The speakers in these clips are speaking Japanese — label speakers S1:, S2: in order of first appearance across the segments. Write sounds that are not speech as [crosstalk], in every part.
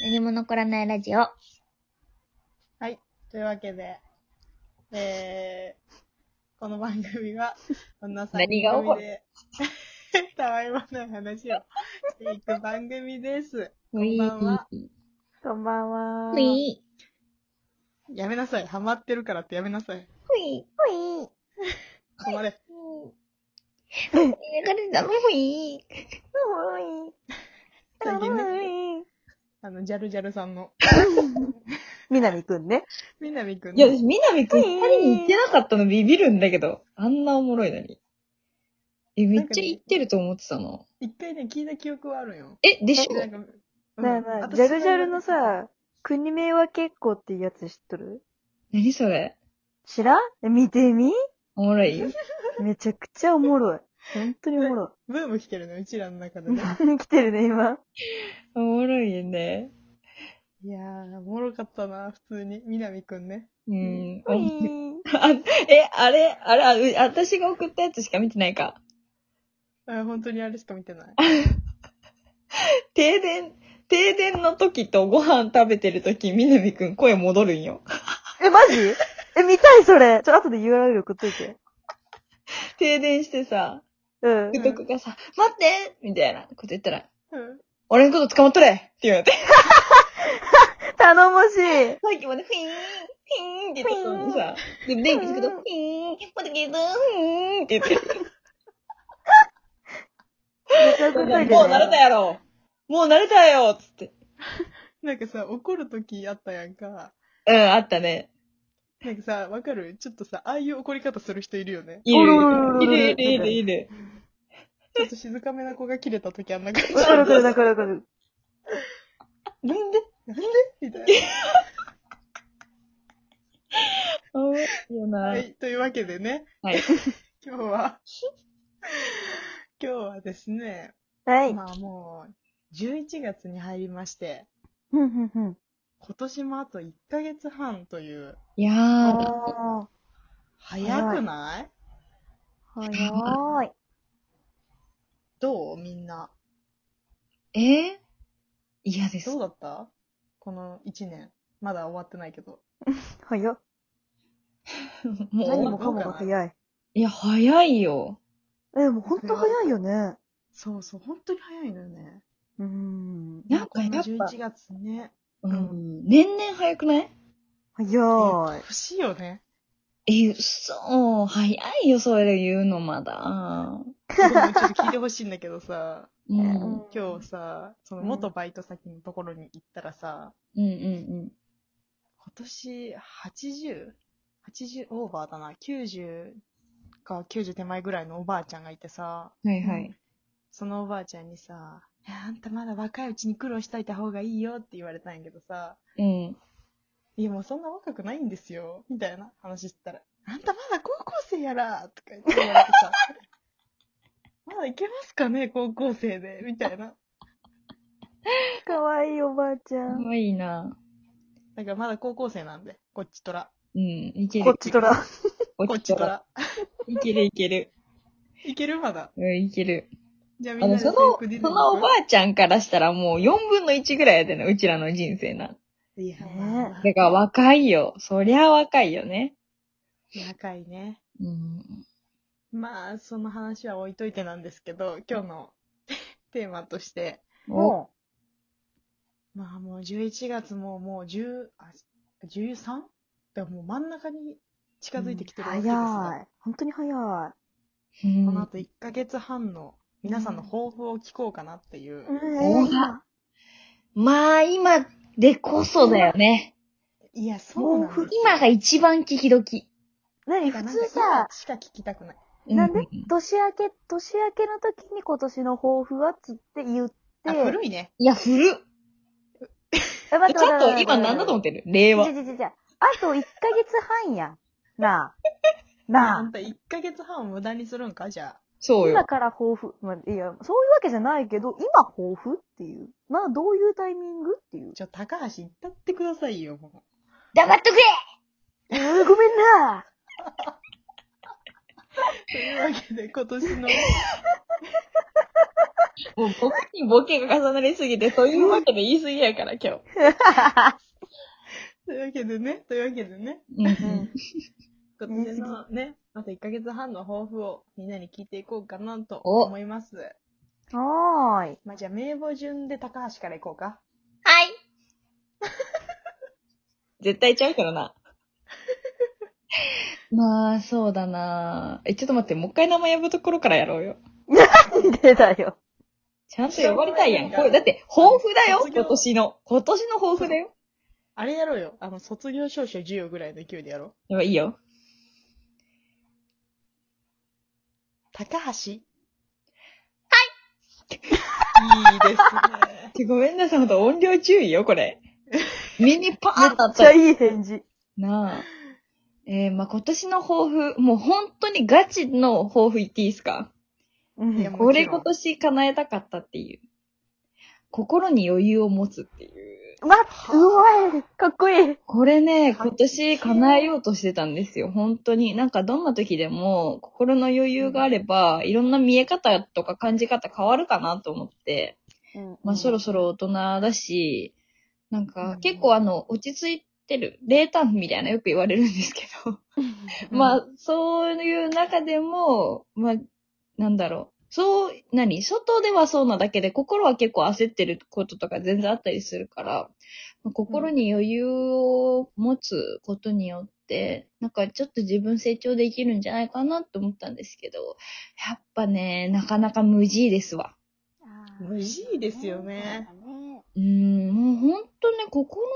S1: 何も残らないラジオ。は
S2: はい。というわけで、えー、この番組は、こんな3
S1: 何が起こ
S2: 組で、 [laughs] たわいもない話をしていく番組です。こんばんは。
S3: こんばんは。
S1: ほい。
S2: やめなさい。ハマってるからってやめなさい。
S1: ほい。
S3: ほい。
S2: 止まれ。
S1: ほい。流れたのほい。
S3: ほい。
S2: 最近ね、
S3: ほい。
S2: あの、ジャルジャルさんの、
S3: みなみくんね。
S2: みなみくん
S4: いや、
S2: の、
S4: 私、みなみくん、
S3: へー
S4: 二人に言ってなかったのビビるんだけど、あんなおもろいのに。え、めっちゃ言ってると思ってたの。
S2: 一回ね、聞いた記憶はあるんよ。
S4: え、でし
S2: なん
S4: ょ
S2: か、うん
S3: なあなあ、ジャルジャルの、さ、国名は結構っていうやつ知っとる
S4: 何それ
S3: 知らんえ見てみ
S4: おもろい
S3: めちゃくちゃおもろい。本当におもろ
S2: ブーム来てるね、うちらの中でね。
S3: [laughs] い。来てるね、今。
S4: おもろいよね。
S2: いやー、おもろかったな、普通に。みなみくんね。
S4: うん。
S3: ほい。
S4: あえ、あれ、あれあう、私が送ったやつしか見てないか。
S2: あ本当にあれしか見
S1: [laughs]
S2: てない。
S4: 停電、停電の時とご飯食べてる時、みなみくん声戻るんよ。
S3: え、マジえ、見たい、それ。ちょ、後で URL 送っといて。
S4: 停電してさ、
S3: うん。
S4: 福徳がさ、待ってみたいなこと言ったら、
S2: うん。
S4: 俺のこと捕まっとれって言われ [laughs] て。
S3: 頼もしい。
S4: さっきまでフィーン、フィーンって言ってたのにさ、でも電気つくと、フィーン、また消えた、フィーンって言って、
S3: めっちゃ送っといて、ね。
S4: もう慣れたやろもう慣れたよつって。
S2: なんかさ、怒るときあったやんか。
S4: うん、あったね。
S2: なんかさ、わかるちょっとさ、ああいう怒り方する人いるよね。
S4: いる、い
S3: お
S4: る、
S3: る
S4: いる、いる、いる。
S2: ちょっと静かめな子が切れたときあんな感じ。
S3: わかるわかるわかるわかる。
S4: なんで
S2: [laughs] みたいな。
S4: あいよな。は。
S2: はいい。というわけでね、 [laughs] 今日は、今日はですね、
S3: はい。
S2: まあもう、11月に入りまして、
S3: ふんふんふん。
S2: 今年もあと1ヶ月半という、
S4: いやー、
S3: あ
S2: 早くない、
S3: ー、早い。
S2: どうみんな。
S4: えー嫌です
S2: どう。だったこの1年。まだ終わってないけど。
S3: 早っ。何
S4: も
S3: も
S4: う、
S3: かもが早い。
S4: いや、早いよ。
S3: え、もうほんと早いよね。
S2: そうそう、本当に早いのよね。
S3: うーん。
S4: なんかやっぱ
S2: この11月ね。
S4: うん。年々早くない
S3: 早い。
S2: 欲しいよね。
S4: え、そう、早いよ、それで言うの、まだ。
S2: ちょっと聞いてほしいんだけどさ、 [laughs]
S4: うん。うん、
S3: うん
S2: 今日さ、その元バイト先のところに行ったらさ、
S4: うん、うん。
S2: 今年 80?80 オーバーだな。90か90手前ぐらいのおばあちゃんがいてさ、
S4: はいはい。
S2: そのおばあちゃんにさ、いやあんたまだ若いうちに苦労しといた方がいいよって言われたんやけどさ、
S4: うん。
S2: いやもうそんな若くないんですよ、みたいな話してたら、あんたまだ高校生やらとか言って言われてさ、 [laughs] まだいけますかね、高校生で、みたいな。
S3: かわいいおばあちゃ
S4: か
S3: ん。
S4: わいいな。
S2: だからまだ高校生なんで、こっちとら。
S4: うん、いける。
S3: こっちとら。
S4: こ
S2: こっちと。ら。
S4: いけるいける。
S2: いけるまだ。
S4: うん、いける。
S2: じゃあみ
S4: あ
S2: んな
S4: の、
S2: で
S4: その、
S2: 制服ディズニー
S4: そのおばあちゃんからしたらもう4分の1ぐらいやでな、うちらの人生な。
S2: いや、
S3: ね
S4: だから若いよ。そりゃ若いよね。
S2: 若いね。
S4: うん。
S2: まあ、その話は置いといてなんですけど、今日の [laughs] テーマとして、
S4: お、
S2: まあもう11月ももう10、あ、13? だからもう真ん中に近づいてきてるわけ
S3: 早
S2: ですよ。
S3: い。本当に早い。
S4: うん
S2: この後1ヶ月半の皆さんの抱負を聞こうかなっていう。
S4: おらまあ、今でこそだよね。
S2: いや、そうなんですよ
S4: 今が一番聞き時。
S3: 何普通さ、、
S2: しか聞きたくない。
S4: う
S3: なんで年明け、年明けの時に今年の抱負はつって言って。
S2: あ、古いね。
S4: いや、古っ。
S3: え待
S4: ちょっと今何だと思
S3: っ
S4: ってる令和
S3: じゃ。じゃじゃじゃ。あと1ヶ月半やん。 [laughs] なあ。
S2: あ
S3: なんあ。
S2: た1ヶ月半を無駄にするんかじゃあ。
S4: そう
S3: 今
S4: よ。
S3: から抱負。まあ、いや、そういうわけじゃないけど、今抱負っていう。まあ、どういうタイミングっていう。
S2: ちょ、高橋行ったってくださいよ、も
S1: 黙っとくれ
S3: えー、ごめんな。
S2: う。というわけで、今年の
S4: [laughs] もうボケにボケが重なりすぎて、というわけで言い過ぎやから、今
S2: というわけでね、というわけでね、
S4: 日。うん。
S2: 今年のね、あと1ヶ月半の抱負をみんなに聞いていこうかなと
S4: お
S2: 思います。
S3: はーい。
S2: まあ、じゃあ名簿順で高橋からいこうか。
S1: はい。
S4: 絶対ちゃうからな。まあ、そうだなえ、ちょっと待って、もう一回名前呼ぶところからやろうよ。
S3: 出たよ。
S4: ちゃんと呼ばれたいやん。これ、だって、抱負だよ今年の。今年の抱負だよ。
S2: あれやろうよ。あの、卒業証書授与ぐらいの勢いでやろう。
S4: でもいいよ。
S2: 高橋はいいですね。
S4: ごめんなさい、ほんと音量注意よ、
S1: [laughs]
S4: これ。ミニパーンだっ
S3: めっちゃ
S4: たよ。
S3: いい返事。
S4: なあ。えー、まあ、今年の抱負、もう本当にガチの抱負言っていいですか
S3: うん
S2: いやも
S4: これ
S2: ちろん
S4: 今年叶えたかったっていう。心に余裕を持つっていう。
S3: うわ、うまいかっこいい
S4: これね、
S2: はい
S4: 今年叶えようとしてたんですよ、本当に。なんかどんな時でも、心の余裕があれば、いろんな見え方とか感じ方変わるかなと思って。まあ、そろそろ大人だし、なん
S2: う
S4: か
S2: ん
S4: 結構あの、落ち着いてる、冷淡みたいなよく言われるんですけど、
S2: [laughs]
S4: まあ、そういう中でも、まあ、なんだろう。そう、何外ではそうなだけで、心は結構焦ってることとか全然あったりするから、まあ心に余裕を持つことによって、なんかちょっと自分成長できるんじゃないかなって思ったんですけど、やっぱね、なかなか無事ですわ。
S2: 無事ですよね。
S4: うーん、もう本当ね、心の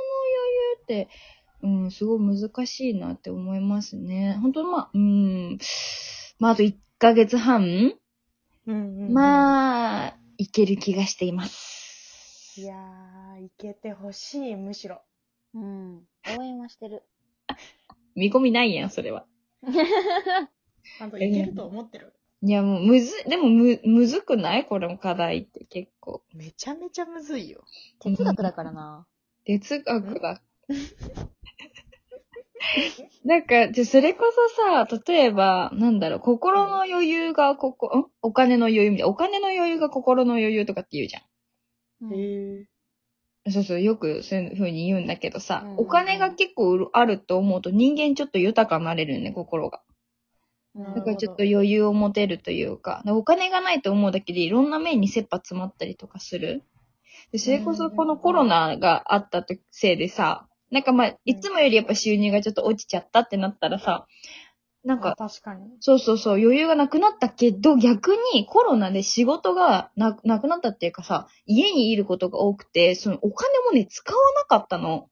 S4: 余裕って、うん、すごい難しいなって思いますね。本当まあ、うん、まああと1ヶ月半、
S2: うんあ。
S4: まあ、いける気がしています。
S2: いやー、いけてほしい、むしろ。
S1: うん。応援はしてる。
S4: 見込みないやん、それは。
S2: ちゃんといけると思ってる。
S4: いや、もう、むず、でもむ、むずくないこれも課題って結構。
S2: めちゃめちゃむずいよ。
S1: 哲学だからな。
S4: 哲学だ。 [laughs] なんか、じゃ、それこそさ、例えば、なんだろう、心の余裕がここ、んお金の余裕みたいな。お金の余裕が心の余裕とかって言うじゃ
S1: うん
S2: へえ。
S4: ん。そうそう、よくそういう風に言うんだけどさ
S1: うんうん、うん
S4: お金が結構あると思うと人間ちょっと豊かになれるよね、心が。
S1: うん
S2: な
S4: だ
S2: ん
S4: からちょっと
S2: な
S4: 余裕を持てるというか、お金がないと思うだけでいろんな面に切羽詰まったりとかする。で、それこそこのコロナがあったとせいでさ、なんかまあ、いつもよりやっぱ収入がちょっと落ちちゃったってなったらさ、なん
S2: あ
S4: か、
S2: 確かに。
S4: そうそうそう、余裕がなくなったけど、逆にコロナで仕事がななくなったっていうかさ、家にいることが多くて、そのお金もね、使わなかったの。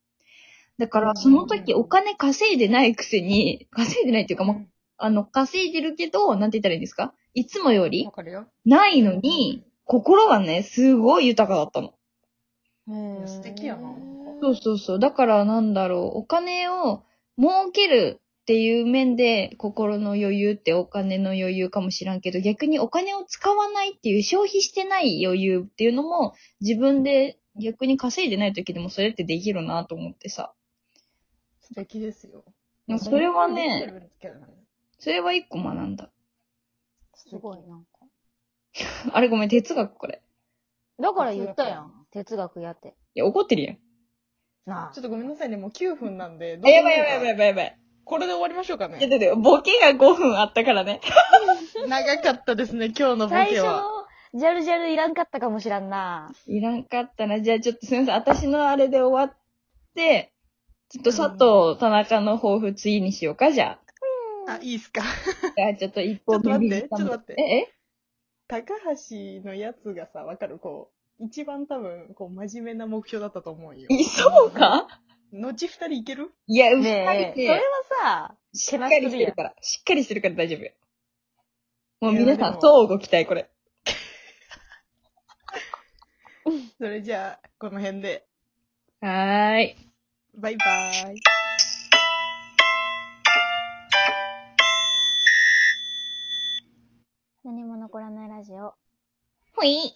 S4: だから、その時お金稼いでないくせに、稼いでないっていうか、まあ、あの、稼いでるけど、なんて言ったらいいんですかいつもより
S2: わかるよ。
S4: ないのに、心がね、すごい豊かだったの。
S2: いや素敵やななん
S4: そうそうそう。だからなんだろう、お金を儲けるっていう面で、心の余裕ってお金の余裕かもしらんけど、逆にお金を使わないっていう、消費してない余裕っていうのも、自分で逆に稼いでない時でもそれってできるなと思ってさ。
S2: 素敵ですよ。
S4: それは
S2: でき
S4: ね、
S2: てるんですけどね。
S4: それは一個学んだ。
S1: すごい、なんか。
S4: あれごめん、哲学これ。
S1: だから言ったやん。哲学やって。
S4: いや、怒ってるやん。
S1: な
S2: ちょっとごめんなさいね、もう9分なんで。
S4: あ、やばいやばいやばい
S2: い。
S4: やばいやばい。
S2: これで終わりましょうか
S4: いや、
S2: ね。
S4: だって、ボケが5分あったからね。
S2: 長かったですね、今日の
S1: あ。
S2: ボ
S1: 最
S2: ケ
S1: 初
S2: は。、
S1: ジャルジャルいらんかったかもしらんな。
S4: いらんかったな。じゃあ、ちょっとすみません。私のあれで終わって、ちょっと佐藤、田中の抱負次にしようか、じゃ
S2: あ、いいっすか。
S4: あ。じゃあ、ちょっと一歩
S2: ちょっと待って
S4: ビビった
S2: ちょっと待って
S4: え、え
S2: 高橋のやつがさ、わかるこう、一番多分、こう、真面目な目標だったと思うよ。
S4: いそうか
S2: 後二人いける
S4: いや、うっかり
S1: ねえ、それは
S4: ね、
S1: さ、
S4: しっかりしてるから。しっかりしてるから大丈夫よ。もう皆
S2: いや
S4: さ
S2: で
S4: ん、
S2: も
S4: そうご期待、これ。
S2: それじゃあ、この辺で。
S4: はーい。
S2: バイバーイ。
S1: 何も残らないラジオ。
S4: ほい。